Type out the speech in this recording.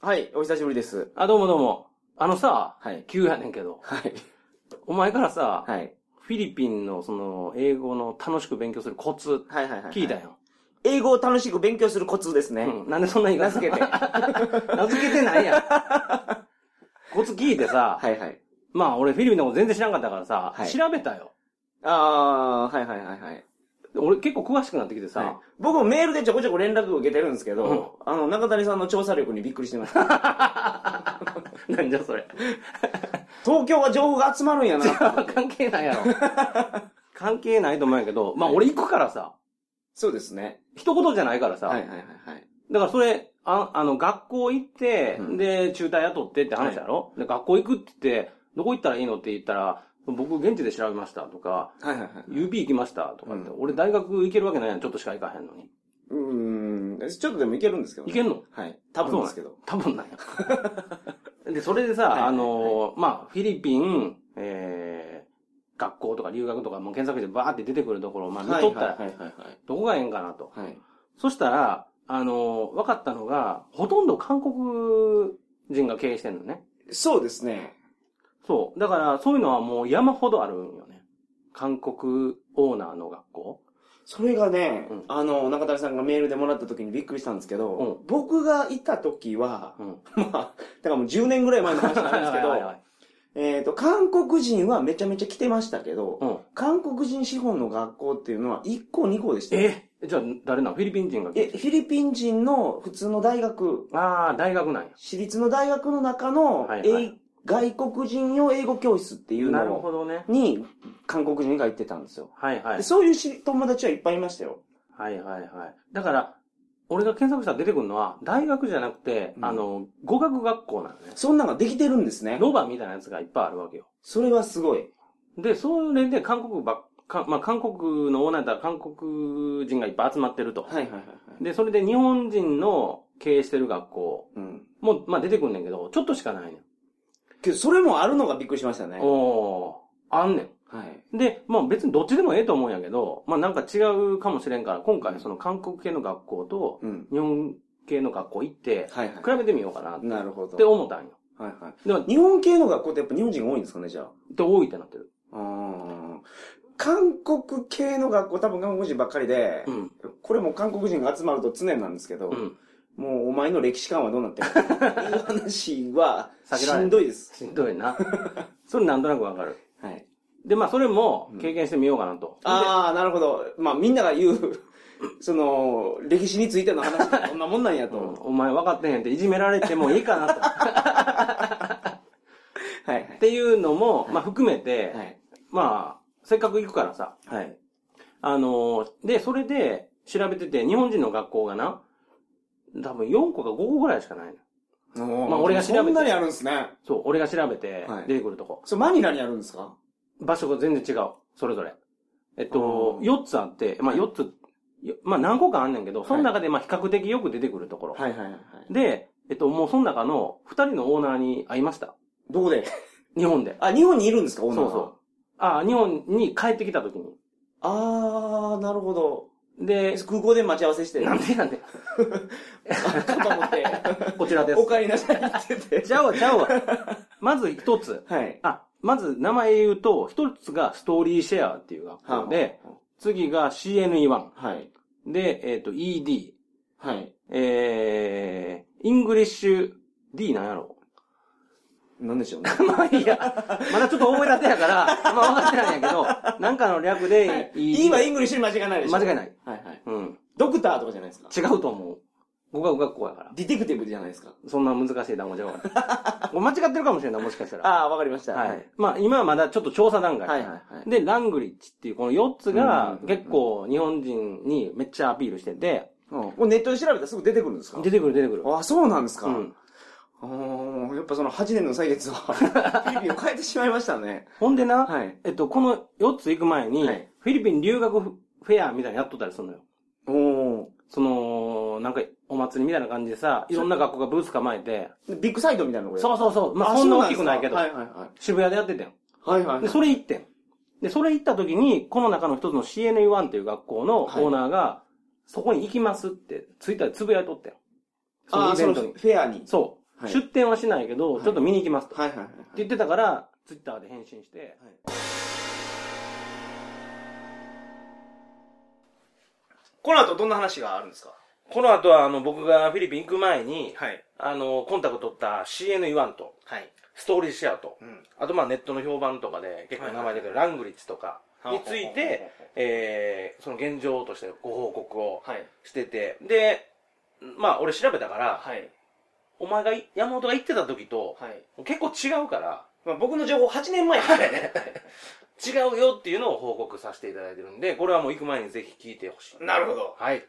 はい、お久しぶりです。あ、どうもどうも。あのさ、はい。急やねんけど、はい。お前からさ、はい。フィリピンのその、英語の楽しく勉強するコツ、はいはいはい。聞いたよ。英語を楽しく勉強するコツですね。うん。なんでそんな言い方名付 けて。は名付けてないやん。コツ聞いてさ、い はい。まあ俺フィリピンのこと全然知らんかったからさ、はい調べたよ。あー、はいはいはいはい。俺結構詳しくなってきてさ、はい僕もメールでちょこちょこ連絡を受けてるんですけど、あの、中谷さんの調査力にびっくりしてま した。なんじゃそれ。 東京は情報が集まるんやな。関係ない やろ。関係ないと思うんやけど、まあ俺行くからさ、そうですね。一言じゃないからさ、はいはいはいはい。だからそれ、ああの、学校行って、うんで、中退雇ってって話やろ、で、学校行くって言って、どこ行ったらいいのって言ったら、僕現地で調べましたとか、はいはいはい。 UP 行きましたとかって、う俺大学行けるわけないやん、ちょっとしか行かへんのに。うーん、ちょっとでもいけるんですけど、行けんのはい。多分ですけど。多分なん や。で、それでさ、はいはいはいあのーまあ、フィリピン、えー、学校とか留学とか、もう検索してバーって出てくるところを、まあ、見とったら、はいはいはいはいどこがええんかなと。はい。はい。そしたら、あのー分かったのが、ほとんど韓国人が経営してんのね。そうですね。そう。だから、そういうのはもう山ほどあるんよね。韓国オーナーの学校。それがね、うんあの、中谷さんがメールでもらった時にびっくりしたんですけど、う僕がいた時は、うん。 まあ、だからもう10年ぐらい前の話なんですけはいはいはど、いえっと、韓国人はめちゃめちゃ来てましたけど、 うん。韓国人資本の学校っていうのは1校2校でしたよ。えじゃあ、誰なのフィリピン人がえフィリピン人の普通の大学、ああ、大学なんや。私立の大学の中の、はいはいえ外国人用英語教室っていうなるのほどね。に、韓国人が行ってたんですよ。はいはでい。そういうし友達はいっぱいいましたよ。はいはいはい。だから、俺が検索したら出てくるのは、大学じゃなくて、うんあの、語学学校なのね。そんなんができてるんですね。ロバみたいなやつがいっぱいあるわけよ。それはすごい。で、それで韓国ばっか、まあ、韓国のオーナーだったら韓国人がいっぱい集まってると。はいはいはいはい。で、それで日本人の経営してる学校うん。もう、まあ出てくんねんけど、ちょっとしかないねん。けど、それもあるのがびっくりしましたね。はおー、あんねい。ん。で、まあ別にどっちでもええと思うんやけど、まあなんか違うかもしれんから、今回その韓国系の学校とうん。日本系の学校行って、はい比べてみようかなっなるほど。て思ったんよ。はいはい。でも、日本系の学校ってやっぱ日本人が多いんですかね、じゃあ。で、多いってなってる。うーん。韓国系の学校、多分韓国人ばっかりで、うん。これも韓国人が集まると常なんですけど、うん。もうお前の歴史観はどうなって るのっていう話は、避けしられないんどいです。しんどいな。それなんとなくわかる。はい。で、まあそれも経験してみようかなと。ああ、なるほど。まあみんなが言う、その、歴史についての話ってこんなもんなんやうんと。お前分かってへんっていじめられてもいいかなと。はいはっい。ていうのも、まあ含めて、はい。まあ、せっかく行くからさ。はい。あのーで、それで調べてて、日本人の学校がな、多分4個か5個ぐらいしかないの。まあ俺が調べてそんなにあるんですね。そう、俺が調べてはい出てくるとこ。それマニラにあるんですか場所が全然違う。それぞれ。えっと、うん4つあって、まはあい4つ、よまあ何個かあんねんけど、いその中でまあ比較的よく出てくるところ。はいはいはい。で、えっと、もうその中の2人のオーナーに会いました。どこで日本で。あ、日本にいるんですかそオーうナーそう。ああ、日本に帰ってきた時に。あー、なるほど。でえ、空港で待ち合わせして。なんでなんで、あかと思って。こちらですお。帰りなさいって言ってち。ゃうわ、ちゃうわ。 まず一つ。はい。あ、まず名前言うと、一つがストーリーシェアっていう学校で、、次が CNE1。はい。で、えっ、と、ED。はい。えー、イングリッシュ D なんやろなんでしょうね。 まあいいや、まだちょっと覚えたてやから、まあ分かってないんやけど、なんかの略で ED。いいはイングリッシュに間違いないでしょ。間違いない。はいはい。うん。ドクターとかじゃないですか。違うと思う。語学学校やから。ディテクティブじゃないですか。そんな難しい単語じゃなかった。これ間違ってるかもしれんない、もしかしたら。あー、わかりました。はい。まあ、今はまだちょっと調査段階。はいはいはいで、ラングリッチっていうこの4つうんうんがうん結構日本人にめっちゃアピールしてて、うんこれネットで調べたらすぐ出てくるんですか出てくる出てくる。あ、そうなんですか。うん。あーやっぱその8年の歳月は、フィリピンを変えてしまいましたね。ほんでな、はい。えっと、この4つ行く前に、はいフィリピン留学フェアみたいなのやっとったりするのよ。おお。その、なんかお祭りみたいな感じでさ、いろんな学校がブース構えて、ビッグサイトみたいなのこれ。。そううそうそう、まあそんな大きくないけど、はいはいはい。渋谷でやってたよ。はいはい、で、それ行ってん。で、それ行った時に、この中の一つの CNA1 っていう学校のオはいーナーが、そこに行きますって、ツイッターでつぶやいとったよ。そあのあ、イそベのンフトに。ェアに。そはい出店はしないけど、はいちょっと見に行きますと。はいはいはいって言ってたから、ツイッターで返信して、この後どんな話があるんですかこの後はあの僕がフィリピン行く前に、はい。あの、コンタクト取った CN1 と、はい。ストーリーシェアと、うん。あとまあネットの評判とかで結構名前出てるラングリッツとかについて、、えーその現状としてご報告をはい。してて、で、まあ俺調べたから、はい。お前がい、山本が行ってた時と、はい。結構違うから、まあ、僕の情報8年前ですから ね。違うよっていうのを報告させていただいてるんで、これはもう行く前にぜひ聞いてほしい。なるほど。はい。